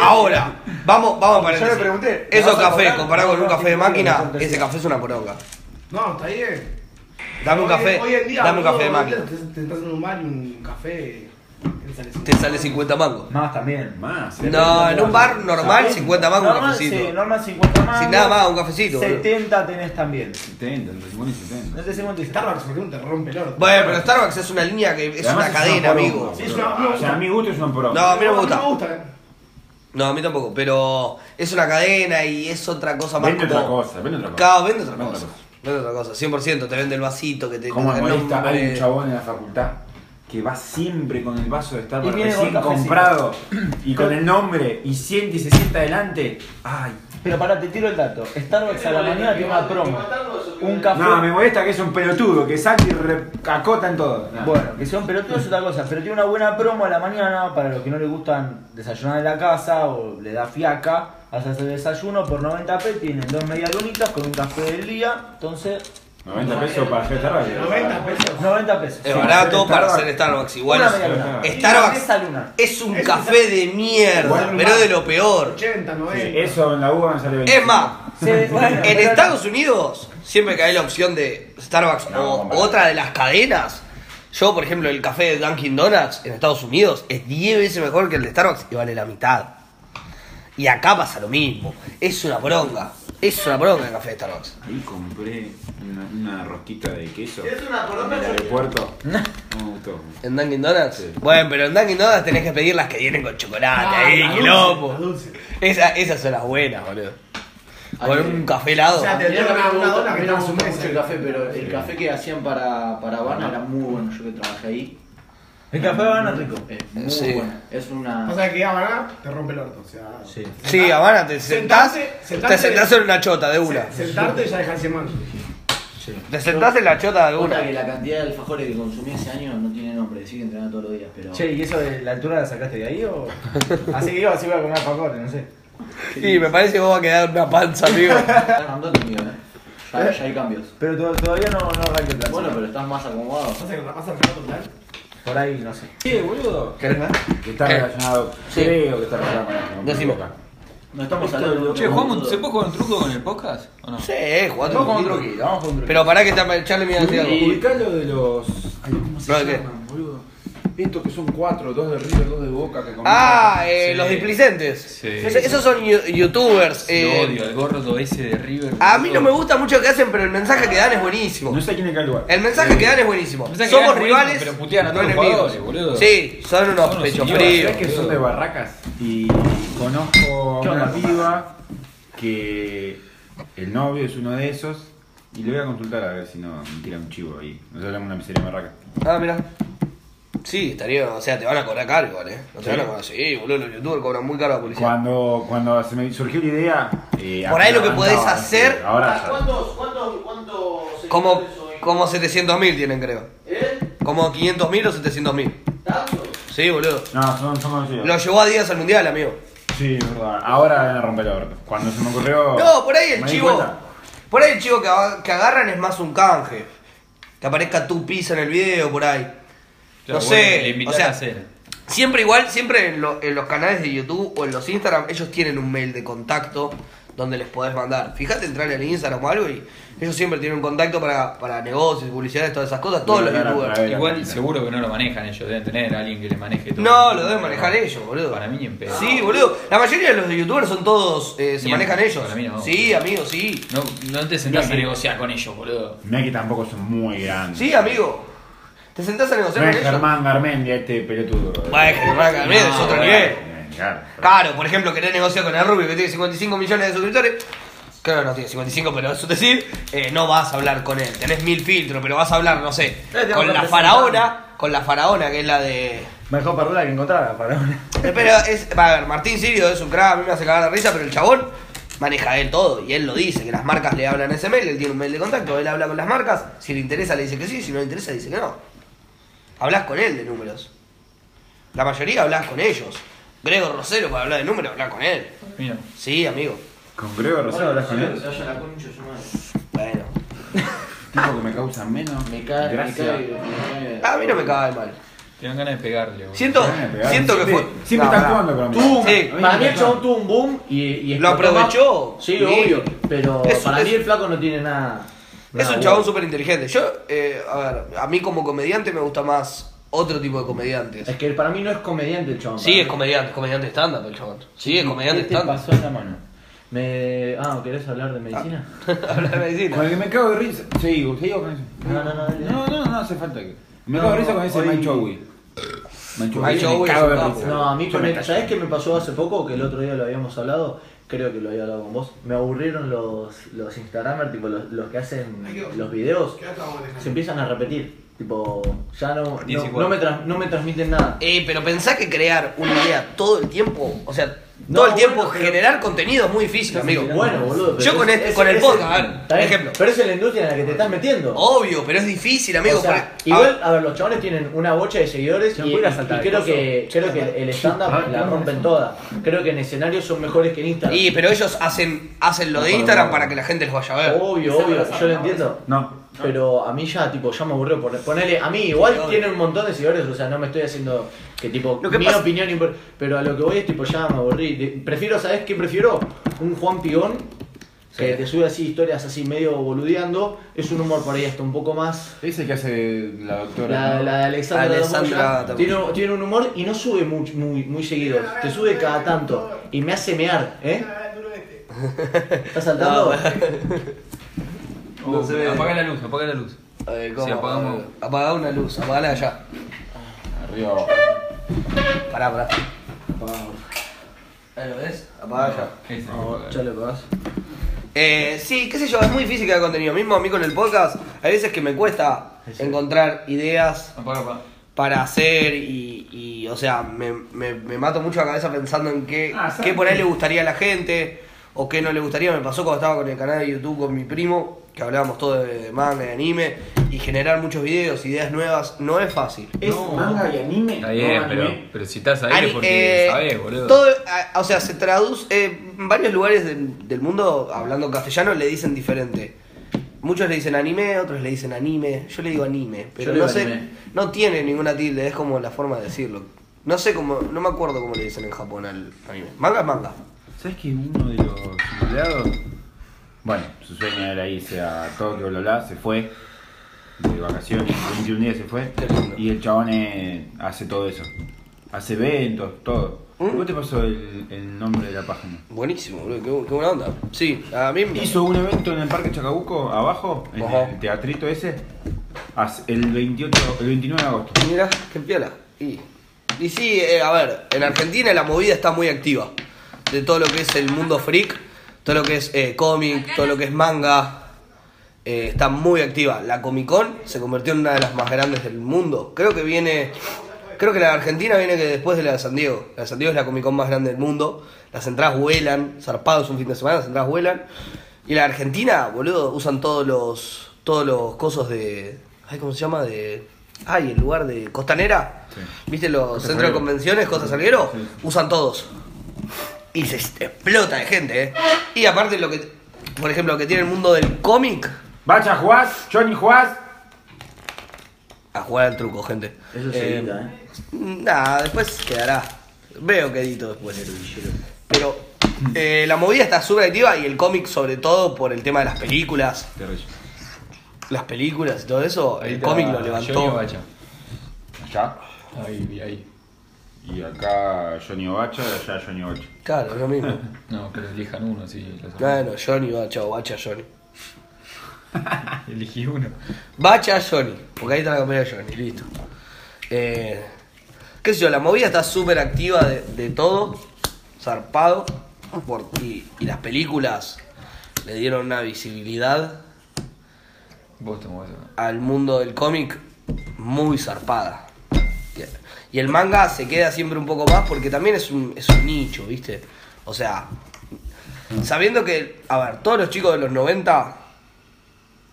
Speaker 2: Ahora, vamos, vamos a parar.
Speaker 7: le pregunté, ¿me
Speaker 2: Eso
Speaker 7: vas a
Speaker 2: café,
Speaker 7: cobrar?
Speaker 2: comparado con un
Speaker 7: No,
Speaker 2: café de
Speaker 7: no, no,
Speaker 2: máquina,
Speaker 7: no, no,
Speaker 2: ese
Speaker 7: no.
Speaker 2: café es una poronga.
Speaker 5: No, está bien.
Speaker 2: Dame un
Speaker 5: Hoy-
Speaker 2: café,
Speaker 5: Hoy en día,
Speaker 2: dame un
Speaker 5: boludo,
Speaker 2: café de máquina.
Speaker 5: Te, te estás en un bar y un café. ¿qué sale
Speaker 2: Te sale 50 mangos.
Speaker 7: Más también.
Speaker 4: Más. eh.
Speaker 2: No, en un bar normal,
Speaker 7: También.
Speaker 2: 50 mangos un
Speaker 7: Normal, Sí,
Speaker 2: cafecito.
Speaker 7: normal 50 más.
Speaker 2: Sin nada más, un cafecito, boludo.
Speaker 7: 70 tenés también.
Speaker 4: 70, entre 50 y 70.
Speaker 7: No sé si montes.
Speaker 5: Starbucks, por ejemplo, te rompe el orto.
Speaker 2: Bueno, pero Starbucks es una línea que es
Speaker 4: Además,
Speaker 2: una cadena,
Speaker 4: poronga,
Speaker 2: amigo.
Speaker 5: Sí, es
Speaker 4: boludo.
Speaker 5: una- no,
Speaker 4: O sea, a mi gusto es una poronga.
Speaker 2: No, a mí no me
Speaker 5: No me
Speaker 2: gusta.
Speaker 5: gusta, eh.
Speaker 2: No, a mí tampoco, pero es una cadena y es otra cosa más.
Speaker 4: Vende
Speaker 2: como-
Speaker 4: otra cosa, vende otra cosa.
Speaker 2: Claro, vende otra
Speaker 4: Vende
Speaker 2: cosa.
Speaker 4: otra cosa.
Speaker 2: Vende otra cosa, 100%. Te vende el vasito que te.
Speaker 4: ¿Cómo
Speaker 2: te-
Speaker 4: me molesta?
Speaker 2: Eh, no,
Speaker 4: Hay
Speaker 2: eh,
Speaker 4: un chabón en la facultad que va siempre con el vaso de Starbucks
Speaker 7: Y viene con
Speaker 4: recién
Speaker 7: cafecito.
Speaker 4: comprado y con el nombre y siente y se sienta adelante. Ay,
Speaker 7: Pero pará, te tiro el dato. Starbucks a la mañana tiene una promo. Un café.
Speaker 4: no, me molesta que es un pelotudo, que saca y re- acota en todo. Nah.
Speaker 7: Bueno, que son pelotudos es otra cosa, pero tiene una buena promo a la mañana para los que no les gustan desayunar en la casa o le da fiaca. Haces el desayuno por 90 p, tienen dos medialunitas con un café del día, entonces
Speaker 4: 90 pesos para hacer Starbucks.
Speaker 5: 90 pesos.
Speaker 7: 90 pesos.
Speaker 2: Es
Speaker 7: Sí.
Speaker 2: barato
Speaker 4: Starbucks.
Speaker 2: para hacer Starbucks. Igual
Speaker 7: Una
Speaker 2: es-
Speaker 7: media
Speaker 4: Starbucks.
Speaker 7: luna.
Speaker 2: Starbucks.
Speaker 7: Esa luna.
Speaker 2: es un café de mierda,
Speaker 5: Bueno,
Speaker 2: pero
Speaker 5: más.
Speaker 2: de lo peor.
Speaker 5: 80, 90.
Speaker 4: Sí, eso en la UBA me sale 20.
Speaker 2: Es más,
Speaker 7: Sí, bueno,
Speaker 2: en
Speaker 7: pero-
Speaker 2: Estados Unidos siempre que hay la opción de Starbucks
Speaker 4: No,
Speaker 2: o
Speaker 4: hombre.
Speaker 2: otra de las cadenas. Yo, por ejemplo, el café de Dunkin' Donuts en Estados Unidos es 10 veces mejor que el de Starbucks y vale la mitad. Y acá pasa lo mismo. Es una bronca. Es una bronca el café de Starbucks.
Speaker 4: Ahí compré una, una rosquita de queso.
Speaker 6: Es una poronga,
Speaker 4: En el
Speaker 6: yo-
Speaker 4: aeropuerto. No me gustó.
Speaker 2: ¿En Dunkin' Donuts?
Speaker 4: Sí.
Speaker 2: Bueno, pero en Dunkin' Donuts tenés que pedir las que vienen con chocolate,
Speaker 5: Ah,
Speaker 2: ahí,
Speaker 5: las dulces,
Speaker 2: quilombo.
Speaker 5: las dulces.
Speaker 2: Esa- esas son las buenas, boludo. Con un café helado.
Speaker 5: O sea, te-
Speaker 6: Tenía
Speaker 5: Tenía una-
Speaker 6: una,
Speaker 5: una dona que
Speaker 6: me
Speaker 5: estaba
Speaker 6: gusta
Speaker 5: en su
Speaker 6: mucho
Speaker 5: mesa.
Speaker 6: el café, pero el café que hacían para, para Habana era muy bueno. Yo que trabajé ahí,
Speaker 7: El café de Habana es rico.
Speaker 6: es muy
Speaker 2: Sí.
Speaker 6: bueno. Es una.
Speaker 5: O sea, que Habana te rompe el orto. O sea,
Speaker 7: Sí.
Speaker 2: Sí, Habana, te sentás,
Speaker 5: Sentarse-
Speaker 2: te
Speaker 5: sentarse-
Speaker 2: sentás en una chota de una.
Speaker 5: se- sentarte y ya dejarse de manso.
Speaker 2: Te sentás en la chota de
Speaker 6: Puta
Speaker 2: una.
Speaker 6: que la cantidad de alfajores que consumí ese año no tiene nombre, sí que entrenaba todos los días, pero.
Speaker 7: Che, ¿y eso de la altura la sacaste de ahí o.? Así que yo así voy a comer pacote, no sé.
Speaker 2: Y me parece que vos vas a quedar una panza, amigo.
Speaker 6: Estás grandote, amigo, eh. Ya, ya hay cambios.
Speaker 7: Pero to- todavía no, no arranqué el plan.
Speaker 6: Bueno, pero estás más acomodado.
Speaker 5: Pasa que pasa el rato, ¿sabes?
Speaker 7: Por ahí, no sé.
Speaker 4: Sí, boludo.
Speaker 7: ¿Querés
Speaker 4: Que está relacionado.
Speaker 2: Sí.
Speaker 4: Creo que está relacionado con esto, no me
Speaker 2: Decime.
Speaker 4: equivoco.
Speaker 6: No estamos hablando de un
Speaker 3: Che,
Speaker 6: boludo.
Speaker 3: ¿jugamos, ¿se puede jugar un truco con el podcast? ¿O no?
Speaker 2: Sí, eh, jugando
Speaker 7: Vamos
Speaker 2: un
Speaker 7: con
Speaker 2: poquito.
Speaker 7: truquito, vamos con un truquito.
Speaker 2: Pero pará que te Charlie me iba a decir algo.
Speaker 4: Publicá lo de los. ay, ¿Cómo se
Speaker 2: No, ¿de qué?
Speaker 4: llaman, boludo? Estos que son cuatro, dos de River, dos de Boca. Que
Speaker 2: Ah, eh,
Speaker 3: Sí.
Speaker 2: los displicentes.
Speaker 3: Sí.
Speaker 2: Esos esos son yo- youtubers. eh,
Speaker 3: Lo odio, el gordo ese de River.
Speaker 2: a mí no me gusta mucho lo que hacen, pero el mensaje que dan es buenísimo.
Speaker 4: No sé quién es el lugar.
Speaker 2: El mensaje que dan es buenísimo.
Speaker 3: El mensaje que
Speaker 2: Somos
Speaker 3: dan es
Speaker 2: rivales,
Speaker 3: buenísimo, pero putean a todos
Speaker 2: no
Speaker 3: los
Speaker 2: enemigos.
Speaker 3: jugadores, boludo.
Speaker 2: Sí, son unos
Speaker 3: Son unos
Speaker 2: pechos
Speaker 3: idiotas,
Speaker 2: fríos.
Speaker 4: ¿Sabés que son de Barracas? Y conozco
Speaker 7: ¿Qué
Speaker 4: a
Speaker 7: onda,
Speaker 4: una piba que el novio es uno de esos. Y le voy a consultar a ver si no me tira un chivo ahí. Nos hablamos de una miseria de Barracas.
Speaker 2: Ah, mira. Sí, estaría, o sea, te van a cobrar caro igual, eh. No te
Speaker 4: Sí.
Speaker 2: van a cobrar, sí, boludo, los youtubers cobran muy caro a la policía.
Speaker 4: Cuando, cuando se me surgió la idea. eh,
Speaker 2: Por ahí lo que
Speaker 4: avanzaba,
Speaker 2: podés
Speaker 4: sí,
Speaker 2: hacer-
Speaker 4: Ahora ya.
Speaker 6: ¿Cuántos, cuántos, cuántos
Speaker 2: Como,
Speaker 6: seguidores hoy?
Speaker 2: como 700.000 tienen, creo.
Speaker 6: ¿Eh?
Speaker 2: Como 500.000 o 700.000.
Speaker 6: ¿Tantos?
Speaker 2: Sí, boludo.
Speaker 4: No, son, son conocidos.
Speaker 2: Lo llevó a días al mundial, amigo.
Speaker 4: Sí, es verdad. Ahora van a romper el orto. Cuando se me ocurrió.
Speaker 2: No, por ahí el
Speaker 4: me di
Speaker 2: chivo.
Speaker 4: cuenta.
Speaker 2: Por ahí el chivo que, aga- que agarran es más un canje. Que aparezca tu pizza en el video, por ahí. No sé,
Speaker 3: Le invitás
Speaker 2: o sea,
Speaker 3: a hacer.
Speaker 2: Siempre igual, siempre en, lo- en los canales de YouTube o en los Instagram, ellos tienen un mail de contacto donde les podés mandar. Fíjate, entrar en Instagram o algo y ellos siempre tienen un contacto para, para negocios, publicidades, todas esas cosas, todos los
Speaker 4: Claro,
Speaker 2: youtubers.
Speaker 4: claro. la
Speaker 3: Igual
Speaker 4: máquina.
Speaker 3: seguro que no lo manejan ellos, deben tener a alguien que les maneje todo.
Speaker 2: No, lo deben manejar ellos, boludo.
Speaker 3: Para mí ni en pedo.
Speaker 2: Sí, boludo. La mayoría de los youtubers son todos, eh, se
Speaker 3: Bien,
Speaker 2: manejan ellos.
Speaker 3: para mí no.
Speaker 2: Sí, amigo, sí.
Speaker 3: No, no te sentás
Speaker 4: No,
Speaker 3: a
Speaker 4: sí.
Speaker 3: negociar con ellos, boludo.
Speaker 4: Mirá que tampoco son muy grandes.
Speaker 2: Sí, amigo. ¿Te sentás a negociar
Speaker 4: No
Speaker 2: con
Speaker 4: es
Speaker 2: ellos?
Speaker 4: Germán Garmendia este pelotudo.
Speaker 2: Bueno, Germán Garmendia es otro
Speaker 4: claro,
Speaker 2: nivel.
Speaker 4: claro.
Speaker 2: Claro, por ejemplo, querés negociar con el Rubio que tiene 55 millones de suscriptores. Claro, no tiene 55, pero eso es decir, eh, no vas a hablar con él. Tenés mil filtros, pero vas a hablar, no
Speaker 3: Eh,
Speaker 2: sé,
Speaker 7: tengo
Speaker 2: con
Speaker 7: que
Speaker 2: la
Speaker 7: presentar.
Speaker 2: faraona, con la faraona que es la de.
Speaker 7: Mejor perderla que encontrarla, para
Speaker 2: Eh, Pero es, va a ver, Martín Sirio es un crack, a mí me hace cagar la risa, pero el chabón maneja él todo y él lo dice, que las marcas le hablan ese mail, él tiene un mail de contacto, él habla con las marcas, si le interesa le dice que sí, si no le interesa dice que no. Hablas con él de números. La mayoría hablas con ellos. Gregor Rosero para hablar de números, habla con él.
Speaker 3: Mira.
Speaker 2: Sí, amigo.
Speaker 4: Con Grego Rosado hablas con él.
Speaker 6: Oye, la concha de su madre.
Speaker 2: Bueno.
Speaker 4: Tipo que me causa menos.
Speaker 6: Me cae, me
Speaker 4: Gracias.
Speaker 6: cae, me cae.
Speaker 2: Ah, A mí no me cae mal.
Speaker 3: Te dan ganas de pegarle, boludo.
Speaker 2: Siento, siento que fue.
Speaker 4: Siempre
Speaker 2: No,
Speaker 4: estás
Speaker 2: no.
Speaker 4: jugando con
Speaker 6: Tú,
Speaker 2: Sí.
Speaker 6: para mí el chabón tuvo un boom y, y
Speaker 2: Lo
Speaker 6: explotó más.
Speaker 2: aprovechó.
Speaker 6: Sí,
Speaker 2: Sí.
Speaker 6: obvio. Pero
Speaker 2: Es-
Speaker 6: para
Speaker 2: es-
Speaker 6: mí el flaco no tiene nada.
Speaker 2: Es
Speaker 6: nada
Speaker 2: un
Speaker 6: Ah, bueno.
Speaker 2: chabón súper inteligente. Yo, eh, a ver, a mí como comediante me gusta más otro tipo de comediantes.
Speaker 6: Es que para mí no es comediante el chabón.
Speaker 2: Sí, es
Speaker 6: para mí.
Speaker 2: comediante, es comediante estándar el chabón. Sí, es comediante
Speaker 6: ¿Qué te
Speaker 2: estándar.
Speaker 6: pasó en la mano? Me... Ah, ¿querés hablar de medicina?
Speaker 2: Habla de
Speaker 4: Con
Speaker 2: medicina.
Speaker 4: el que me cago de risa. Sigo, sigo con eso.
Speaker 6: No, no, no, dale.
Speaker 4: No, no, no hace falta que. Me cago de risa con ese
Speaker 7: hoy-
Speaker 4: Manchowi. Manchowi.
Speaker 2: Manchowi
Speaker 4: me cago
Speaker 2: es un
Speaker 4: de
Speaker 2: capo.
Speaker 4: risa.
Speaker 6: No, a mí
Speaker 4: Yo
Speaker 6: con
Speaker 4: me
Speaker 6: el,
Speaker 4: callo.
Speaker 6: ¿sabés qué me pasó hace poco? Que el otro día lo habíamos hablado, creo que lo había hablado con vos. Me aburrieron los, los Instagramers, tipo los, los que hacen los videos,
Speaker 5: ¿Qué acabamos de dejar?
Speaker 6: se empiezan a repetir. Tipo, ya no,
Speaker 3: Diez y
Speaker 6: no,
Speaker 3: cuatro.
Speaker 6: no me, tra- no me transmiten nada.
Speaker 2: Eh, pero pensá que crear una idea todo el tiempo, o sea,
Speaker 6: No,
Speaker 2: todo el tiempo
Speaker 6: bueno, pero-
Speaker 2: generar contenido es muy difícil, amigo.
Speaker 6: Bueno, boludo. pero
Speaker 2: Yo con
Speaker 6: es-
Speaker 2: este-
Speaker 6: es-
Speaker 2: con el
Speaker 6: es-
Speaker 2: podcast, a ver,
Speaker 6: está bien,
Speaker 2: ejemplo.
Speaker 6: Pero es en la industria en la que te estás metiendo.
Speaker 2: Obvio, pero es difícil, amigo.
Speaker 6: O sea,
Speaker 2: porque-
Speaker 6: igual, a ver, los chavales tienen una bocha de seguidores
Speaker 7: Se
Speaker 6: y,
Speaker 7: me puede ir a
Speaker 6: y
Speaker 7: saltar el
Speaker 6: creo,
Speaker 7: coso.
Speaker 6: que, creo que el stand-up la rompen toda. Creo que en escenarios son mejores que en
Speaker 2: Ah,
Speaker 6: Instagram.
Speaker 2: y, pero ellos hacen, hacen lo de Instagram para que la gente los vaya a ver.
Speaker 6: Obvio, obvio, yo lo entiendo.
Speaker 4: No.
Speaker 6: Pero a mí ya, tipo, ya me aburrió poner- ponerle. A mí igual
Speaker 2: obvio.
Speaker 6: tiene un montón de seguidores, o sea, no me estoy haciendo que tipo.
Speaker 2: Lo que
Speaker 6: mi
Speaker 2: pasa-
Speaker 6: opinión impor- Pero a lo que voy es tipo, ya me aburrí. De- Prefiero, ¿sabes qué prefiero? Un Juan Pigón que te sube así historias así medio boludeando. Es un humor por ahí hasta un poco más.
Speaker 4: Ese que hace la doctora.
Speaker 6: La,
Speaker 4: ¿no?
Speaker 6: la de Alexandra,
Speaker 2: Alexandra
Speaker 6: Damoya tiene, tiene un humor y no sube muy, muy, muy seguido. Te sube cada tanto y me hace mear, ¿eh?
Speaker 5: Ah, duro este.
Speaker 6: ¿Estás saltando?
Speaker 2: No se ve.
Speaker 3: Uh, Apaga la luz, apaga la luz.
Speaker 2: A ver, ¿cómo?
Speaker 3: Si apagamos-
Speaker 2: Apagá una luz, apagala allá.
Speaker 4: Arriba.
Speaker 2: Pará, pará. Ahí lo ves, apagá allá.
Speaker 3: Ese.
Speaker 6: Ya lo pagás.
Speaker 2: Eh, sí, qué sé yo, es muy difícil crear contenido. Mismo a mí con el podcast, hay veces que me cuesta encontrar ideas
Speaker 3: Apaga, apaga.
Speaker 2: para hacer y, y, o sea, me, me- me mato mucho la cabeza pensando en qué,
Speaker 4: Ah, ¿sabes
Speaker 2: qué por ahí
Speaker 4: qué?
Speaker 2: le gustaría a la gente o qué no le gustaría. Me pasó cuando estaba con el canal de YouTube con mi primo, que hablábamos todo de, de manga, de anime, y generar muchos videos, ideas nuevas, no es fácil.
Speaker 4: ¿Es manga y anime?
Speaker 3: Está bien,
Speaker 4: No,
Speaker 3: pero,
Speaker 4: anime.
Speaker 3: pero si estás ahí
Speaker 2: Ari,
Speaker 3: es porque
Speaker 2: eh,
Speaker 3: sabés, boludo.
Speaker 2: todo, a- o sea, se traduce. eh, en varios lugares del, del mundo, hablando castellano, le dicen diferente. Muchos le dicen anime, otros le dicen anime. Yo le digo anime, pero
Speaker 6: Yo le
Speaker 2: no
Speaker 6: digo
Speaker 2: sé.
Speaker 6: anime.
Speaker 2: No tiene ninguna tilde, es como la forma de decirlo. No sé cómo. No me acuerdo cómo le dicen en Japón al anime. Manga es manga.
Speaker 4: ¿Sabes que uno de los empleados? Bueno, su sueño era irse a Tokio, bla, bla, se fue de vacaciones, 21 días se fue.
Speaker 2: Qué lindo.
Speaker 4: Y el chabón eh, hace todo eso. Hace eventos, todo.
Speaker 2: ¿Mm?
Speaker 4: ¿Cómo te pasó el, el nombre de la página?
Speaker 2: Buenísimo, boludo, qué, bu- qué buena onda. Sí, a mí me.
Speaker 4: Hizo un evento en el Parque Chacabuco, abajo, en
Speaker 2: Ajá.
Speaker 4: el teatrito ese, hace- el 28, el 29 de agosto.
Speaker 2: Mira, qué piola. Y, y sí, eh, a ver, en Argentina la movida está muy activa. De todo lo que es el mundo freak, todo lo que es eh, cómic, todo lo que es manga. eh, está muy activa. La Comic Con se convirtió en una de las más grandes del mundo. Creo que viene. Creo que la de Argentina viene que después de la de San Diego. La de San Diego es la Comic Con más grande del mundo. Las entradas vuelan, zarpados un fin de semana, las entradas vuelan. Y la de Argentina, boludo, usan todos los. todos los cosos de. Ay, ¿cómo se llama? De. Ay, el lugar de. Costanera.
Speaker 4: Sí.
Speaker 2: ¿Viste los centros
Speaker 4: Costa
Speaker 2: de
Speaker 4: Salguero.
Speaker 2: convenciones, Costa Salguero?
Speaker 4: Sí.
Speaker 2: Usan todos. y se explota de gente, ¿eh? Y aparte lo que, por ejemplo, lo que tiene el mundo del cómic,
Speaker 4: Bacha Juaz, Johnny Juaz.
Speaker 2: a jugar al truco, gente.
Speaker 7: Eso se
Speaker 2: Eh,
Speaker 7: edita, ¿eh?
Speaker 2: Nada, después quedará. Veo que edito después el Pero eh, la movida está súper activa y el cómic, sobre todo por el tema de las películas. Las películas y todo eso, el cómic lo levantó.
Speaker 4: Allá.
Speaker 3: Ahí, ahí.
Speaker 4: Y acá Johnny Obacha y allá Johnny Obacha.
Speaker 2: Claro, es lo mismo.
Speaker 3: No, que lo elijan uno, sí. los-
Speaker 2: Bueno, Johnny, bacha, bacha Johnny.
Speaker 3: Ah, Elegí uno.
Speaker 2: Bacha Johnny, porque ahí está la compañía de Johnny, listo. Eh, qué sé yo, la movida está súper activa de, de todo, zarpado, por- y, y las películas le dieron una visibilidad
Speaker 3: Vos tomás eso.
Speaker 2: al mundo del cómic muy zarpada. Y el manga se queda siempre un poco más porque también es un, es un nicho, ¿viste? O sea, sabiendo que, a ver, todos los chicos de los 90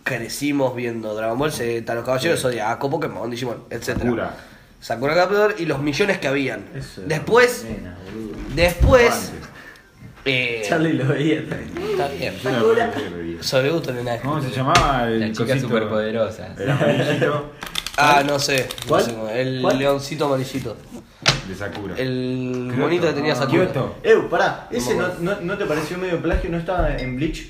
Speaker 2: crecimos viendo Dragon Ball Z, Los Caballeros Zodiaco, Pokémon, Digimon, etc.
Speaker 4: Sakura.
Speaker 2: Sakura Captor y los millones que habían.
Speaker 7: Eso era
Speaker 2: después,
Speaker 7: una nena, boludo.
Speaker 2: después...
Speaker 4: Antes.
Speaker 2: eh,
Speaker 7: Charlie lo veía también.
Speaker 2: está bien.
Speaker 4: Yo no lo reí.
Speaker 2: Sobre gusto, nena.
Speaker 4: ¿Cómo se llamaba el
Speaker 3: Las chicas
Speaker 4: cosito?
Speaker 3: superpoderosas.
Speaker 4: El amarillito
Speaker 2: Ah, no sé. no
Speaker 7: ¿Cuál?
Speaker 2: sé cómo, el
Speaker 7: ¿Cuál?
Speaker 2: leoncito amarillito.
Speaker 4: de Sakura.
Speaker 2: El
Speaker 4: Kyoto.
Speaker 2: monito que tenía Sakura.
Speaker 4: Kyoto.
Speaker 6: Ew, pará, ¿ese no, no, no te pareció medio plagio? ¿No estaba en Bleach?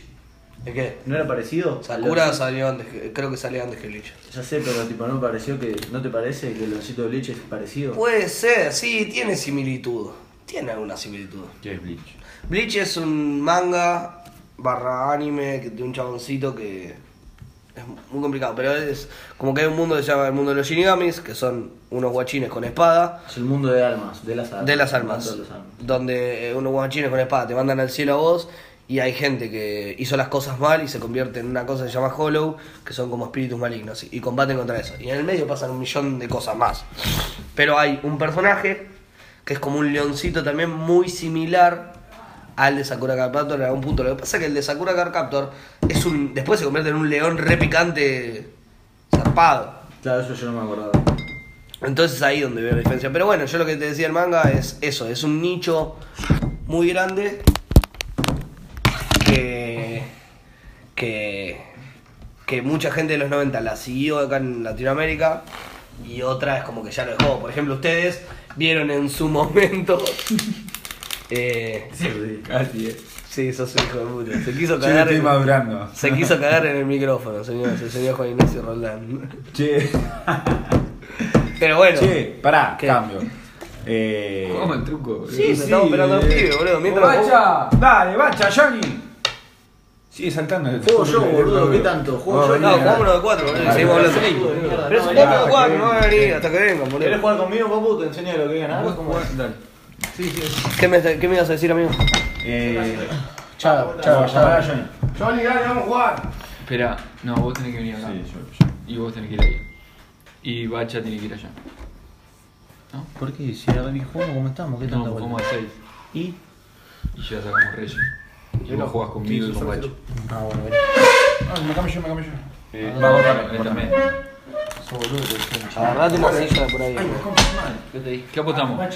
Speaker 2: ¿De qué?
Speaker 7: ¿No era parecido?
Speaker 2: Sakura
Speaker 7: Los-
Speaker 2: salió antes, que- creo que salió antes que Bleach.
Speaker 7: Ya sé, pero tipo, ¿no pareció que no te parece que el osito de leche es parecido?
Speaker 2: Puede ser, sí, tiene similitud. Tiene alguna similitud.
Speaker 4: ¿Qué es Bleach?
Speaker 2: Bleach es un manga barra anime que- de un chaboncito que es muy complicado, pero es como que hay un mundo que se llama el mundo de los shinigamis, que son unos guachines con espada.
Speaker 7: Es el mundo de armas, de las armas.
Speaker 2: De las
Speaker 7: El
Speaker 2: armas.
Speaker 7: mundo de las armas.
Speaker 2: Donde eh, unos guachines con espada te mandan al cielo a vos. Y hay gente que hizo las cosas mal y se convierte en una cosa que se llama Hollow, que son como espíritus malignos. Y y combaten contra eso. Y en el medio pasan un millón de cosas más. Pero hay un personaje que es como un leoncito también muy similar al de Sakura Card Captor en algún punto. Lo que pasa es que el de Sakura Card Captor es un, después se convierte en un león repicante zarpado.
Speaker 7: Claro, eso yo no me acordaba.
Speaker 2: Entonces ahí donde veo la diferencia. Pero bueno, yo lo que te decía el manga es eso, es un nicho muy grande que que que mucha gente de los 90 la siguió acá en Latinoamérica y otra es como que ya lo dejó. Por ejemplo, ustedes vieron en su momento eh,
Speaker 3: Casi, eh.
Speaker 2: sí, sos un hijo de puta. Se quiso
Speaker 4: Che,
Speaker 2: cagar
Speaker 4: estoy
Speaker 2: en,
Speaker 4: madurando.
Speaker 2: se quiso cagar en el micrófono, señor, el señor Juan Ignacio Roldán.
Speaker 4: Che,
Speaker 2: Pero bueno,
Speaker 4: che, pará,
Speaker 2: ¿Qué?
Speaker 4: cambio. Eh,
Speaker 3: Jugamos el truco, boludo.
Speaker 2: me estaba operando el pibe, boludo, mientras-
Speaker 4: ¡Bacha! ¡Dale, bacha, Johnny! Sigue saltando.
Speaker 7: Juego yo, boludo, ¿qué tanto? Juego
Speaker 4: Vos
Speaker 7: yo,
Speaker 4: Oh, venía.
Speaker 2: No, jugámonos de cuatro, boludo, y seguimos hablando. Pero es un
Speaker 6: No,
Speaker 2: poco de
Speaker 4: ya,
Speaker 2: cuatro,
Speaker 4: que
Speaker 2: no va a venir hasta que vengan,
Speaker 6: ¿Querés
Speaker 2: boludo.
Speaker 6: jugar conmigo, papu? Te enseño lo que he ganado. ¿Cómo es?
Speaker 3: Dale.
Speaker 2: ¿Qué me, ¿Qué me ibas a decir, amigo?
Speaker 4: Eh, chao, chao, chao, Johnny.
Speaker 5: Johnny, dale, vamos a jugar.
Speaker 3: Espera, no, vos tenés que venir acá.
Speaker 4: Sí, yo, yo.
Speaker 3: Y vos tenés que ir ahí. Y Bacha tiene que ir allá.
Speaker 7: ¿Por qué? Si era mi juego, ¿cómo estamos? ¿Qué tanta
Speaker 3: No,
Speaker 7: vuelta?
Speaker 3: jugamos a 6.
Speaker 7: ¿Y?
Speaker 3: Y ya sacamos Reyes. Y vos jugás conmigo y con Bacha.
Speaker 7: Ah, bueno, vení.
Speaker 4: Ah, me cambio yo, me cambio yo. Eh,
Speaker 3: Vamos, él Ah, también.
Speaker 2: Agarrate una silla por ahí.
Speaker 3: ¿Qué apostamos?
Speaker 2: No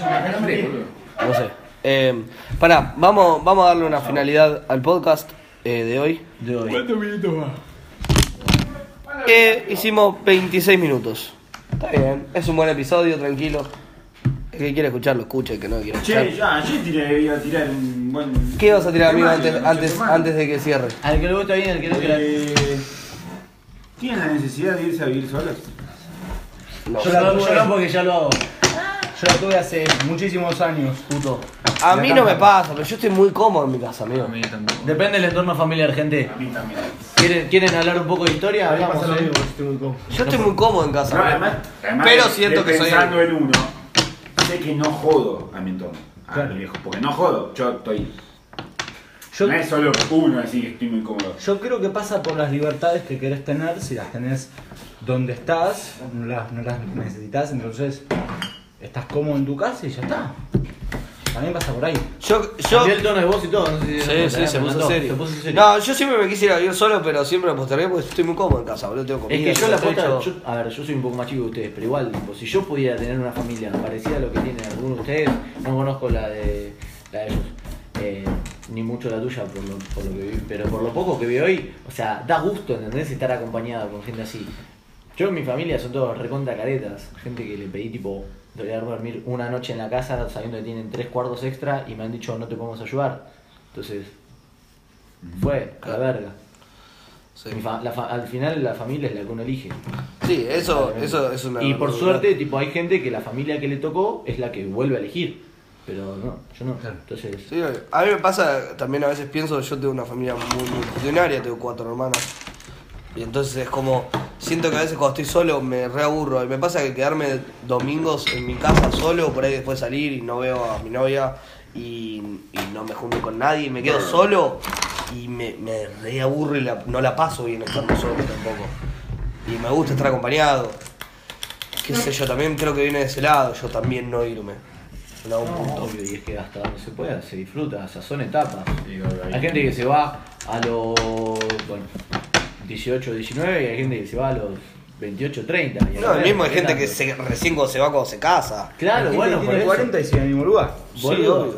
Speaker 2: sé. Eh, pará, vamos, vamos a darle una finalidad al podcast eh, de hoy.
Speaker 7: De hoy.
Speaker 2: Que hicimos 26 minutos. Está bien, es un buen episodio, tranquilo. El que quiere escucharlo, escucha, el que no quiere
Speaker 4: Che,
Speaker 2: escuchar.
Speaker 4: ya, ayer tiré, iba a tirar un buen.
Speaker 2: ¿Qué vas a tirar, amigo, antes,
Speaker 4: Temario,
Speaker 2: antes,
Speaker 4: temario.
Speaker 2: antes de que cierre?
Speaker 7: Al que le gusta bien, al que no quiera.
Speaker 4: Eh, ¿Tienen la necesidad de irse a vivir solos?
Speaker 2: No.
Speaker 7: Yo la tuve, yo no porque ya lo hago. Yo la tuve hace muchísimos años, puto.
Speaker 2: A mí no me pasa, pero yo estoy muy cómodo en mi casa, amigo.
Speaker 3: A mí tampoco.
Speaker 7: Depende del entorno familiar, gente.
Speaker 4: A mí también.
Speaker 7: ¿Quieren, quieren hablar un poco de historia?
Speaker 5: A mí me
Speaker 7: Hablamos,
Speaker 5: pasa lo
Speaker 7: ¿eh?
Speaker 5: mismo, estoy muy cómodo.
Speaker 2: Yo estoy muy cómodo en casa.
Speaker 4: No,
Speaker 2: amigo.
Speaker 4: además, además
Speaker 2: pero
Speaker 4: de-
Speaker 2: siento
Speaker 4: de
Speaker 2: que soy.
Speaker 4: Pensando en uno, sé que no jodo a mi entorno, a
Speaker 7: Claro.
Speaker 4: mi viejo, porque no jodo, yo estoy.
Speaker 7: Yo-
Speaker 4: No es solo uno así que estoy muy cómodo.
Speaker 7: Yo creo que pasa por las libertades que querés tener, si las tenés donde estás, no las, no las necesitas, entonces estás cómodo en tu casa y ya está. También pasa por ahí.
Speaker 2: Yo, yo,
Speaker 7: Cambió el tono de voz y todo, no sé si
Speaker 2: Sí, sí, se puso serio. No, yo siempre me quisiera vivir solo, pero siempre lo postergué porque estoy muy cómodo en casa, boludo. Tengo comida.
Speaker 7: Es que yo la
Speaker 2: tengo
Speaker 7: posta,
Speaker 2: techo.
Speaker 7: yo- a ver, yo soy un poco más chico que ustedes, pero igual, tipo, si yo pudiera tener una familia parecida a lo que tienen algunos de ustedes, no conozco la de, la de ellos, eh, ni mucho la tuya por lo, por lo que vi, pero por lo poco que vi hoy, o sea, da gusto, ¿entendés? Estar acompañado con gente así. Yo en mi familia son todos recontra caretas, gente que le pedí tipo, te voy a dormir una noche en la casa sabiendo que tienen tres cuartos extra y me han dicho no te podemos ayudar. Entonces, fue, a la verga.
Speaker 2: Sí.
Speaker 7: Mi fa- la fa- al final la familia es la que uno elige.
Speaker 2: Sí, eso, eso es una.
Speaker 7: Y por suerte, tipo, hay gente que la familia que le tocó es la que vuelve a elegir. Pero no, yo no. Entonces,
Speaker 2: Sí, a mí me pasa, también a veces pienso, yo tengo una familia muy multitudinaria, tengo cuatro hermanas. Y entonces es como, siento que a veces cuando estoy solo me reaburro. Y me pasa que quedarme domingos en mi casa solo, por ahí después salir y no veo a mi novia y, y no me junto con nadie y me quedo solo y me, me reaburro y la- no la paso bien estando solo tampoco. Y me gusta estar acompañado. Qué sé yo, también creo que viene de ese lado, yo también no irme. En algún punto.
Speaker 7: obvio, y es que hasta donde se pueda se disfruta, o sea, son etapas. Hay gente que se va a los bueno, 18, 19 y hay gente que se va a los 28, 30. y a la
Speaker 2: No, el
Speaker 7: verga,
Speaker 2: mismo hay
Speaker 7: ¿qué
Speaker 2: gente
Speaker 7: tanto?
Speaker 2: que se, recién cuando se va cuando se casa.
Speaker 7: Claro,
Speaker 8: Gente
Speaker 7: bueno,
Speaker 8: que
Speaker 7: por
Speaker 8: tiene
Speaker 7: eso.
Speaker 8: 40 y sigue en el mismo lugar.
Speaker 2: Sí,
Speaker 7: Boludo.
Speaker 2: obvio.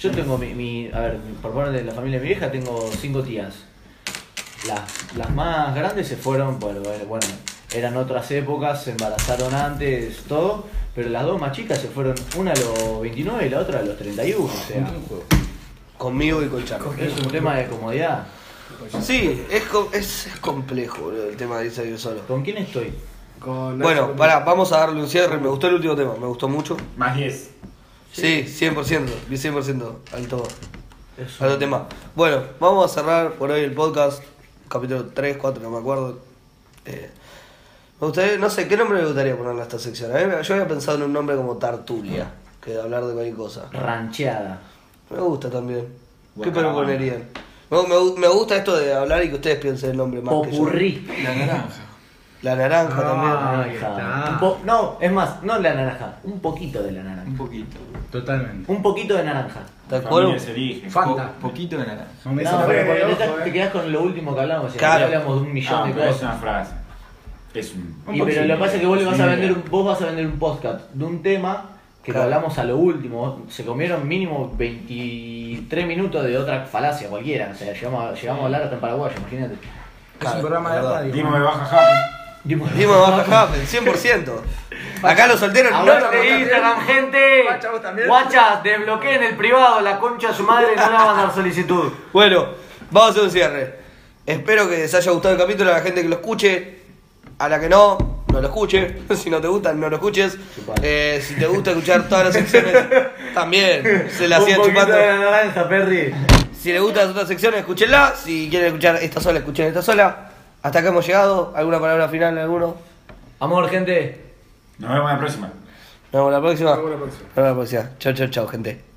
Speaker 7: Yo tengo mi, mi- A ver, por parte de la familia de mi vieja tengo cinco tías. Las, las más grandes se fueron, por, bueno, eran otras épocas, se embarazaron antes, todo. Pero las dos más chicas se fueron, una a los 29 y la otra a los 31. O sea,
Speaker 2: Conmigo y con Charco.
Speaker 7: es un tema de comodidad.
Speaker 2: Sí, es, co- es, es complejo boludo, el tema de irse a vivir solo.
Speaker 7: ¿Con quién estoy?
Speaker 5: Con
Speaker 2: Bueno,
Speaker 5: Nacho-
Speaker 2: pará, vamos a darle un cierre. Me gustó el último tema, me gustó mucho.
Speaker 4: Más 10.
Speaker 2: Sí, 100%, 100% alto,
Speaker 7: Es un-
Speaker 2: alto tema. Bueno, vamos a cerrar por hoy el podcast, capítulo 3, 4, no me acuerdo. Eh, me gustaría, no sé, ¿qué nombre me gustaría ponerle a esta sección? A mí me- yo había pensado en un nombre como Tartulia, que de hablar de cualquier cosa.
Speaker 7: Rancheada.
Speaker 2: Me gusta también. ¿Qué
Speaker 4: Guacamaya.
Speaker 2: proponerían? Me, me gu- me gusta esto de hablar y que ustedes piensen el nombre más que
Speaker 7: Popurrí.
Speaker 3: La naranja.
Speaker 2: yo. La naranja
Speaker 5: Ah.
Speaker 2: también.
Speaker 5: Ahí está.
Speaker 7: Un po- no, es más, no la naranja, un poquito de la naranja.
Speaker 3: Un poquito.
Speaker 8: Totalmente.
Speaker 7: Un poquito de naranja.
Speaker 2: ¿Te
Speaker 4: Familia
Speaker 2: acuerdas?
Speaker 4: se elige. Ah,
Speaker 8: Fanta.
Speaker 3: Po- poquito de naranja.
Speaker 8: No me
Speaker 7: No,
Speaker 5: fue
Speaker 7: pero porque
Speaker 5: de
Speaker 7: te-
Speaker 5: ojo, eh.
Speaker 7: te quedás con lo último que hablamos. y
Speaker 2: Claro.
Speaker 7: acá hablamos de un millón
Speaker 4: Ah,
Speaker 7: de
Speaker 8: pues,
Speaker 4: pero es
Speaker 7: cosas.
Speaker 4: una frase. Es un.
Speaker 8: ah,
Speaker 7: Y pero lo que pasa es que vos, le vas a
Speaker 4: Sí.
Speaker 7: vender, un- vos vas a vender un podcast de un tema que
Speaker 2: Claro.
Speaker 7: lo hablamos a lo último. Se comieron mínimo 23 minutos de otra falacia cualquiera. O sea, llegamos a, llegamos a hablar hasta en Paraguay, imagínate.
Speaker 8: Es
Speaker 2: Claro,
Speaker 8: un programa de
Speaker 2: verdad.
Speaker 8: radio.
Speaker 4: Dime, me baja Japa.
Speaker 2: Dimo baja Happen, 100%. Acá los solteros no
Speaker 7: Hablando
Speaker 2: lo
Speaker 7: de
Speaker 2: leí.
Speaker 7: Instagram, gente.
Speaker 8: Guacha, vos también.
Speaker 7: Guacha, desbloqueen el privado, la concha de su madre no le va a mandar solicitud.
Speaker 2: Bueno, vamos a hacer un cierre. Espero que les haya gustado el capítulo a la gente que lo escuche. A la que no, no lo escuche. Si no te gusta, no lo escuches. Eh, si te gusta escuchar todas las secciones, también se las hacía chupando.
Speaker 7: naranja, Perry.
Speaker 2: Si les gustan las otras secciones, escúchenla. Si quieren escuchar esta sola, escuchen esta sola. Hasta acá hemos llegado. ¿Alguna palabra final? ¿Alguno?
Speaker 7: Amor, gente.
Speaker 4: Nos vemos en la próxima.
Speaker 2: Nos vemos la próxima. Nos
Speaker 5: Vamos a la próxima.
Speaker 2: vemos la próxima. Chao, chao, chao, gente.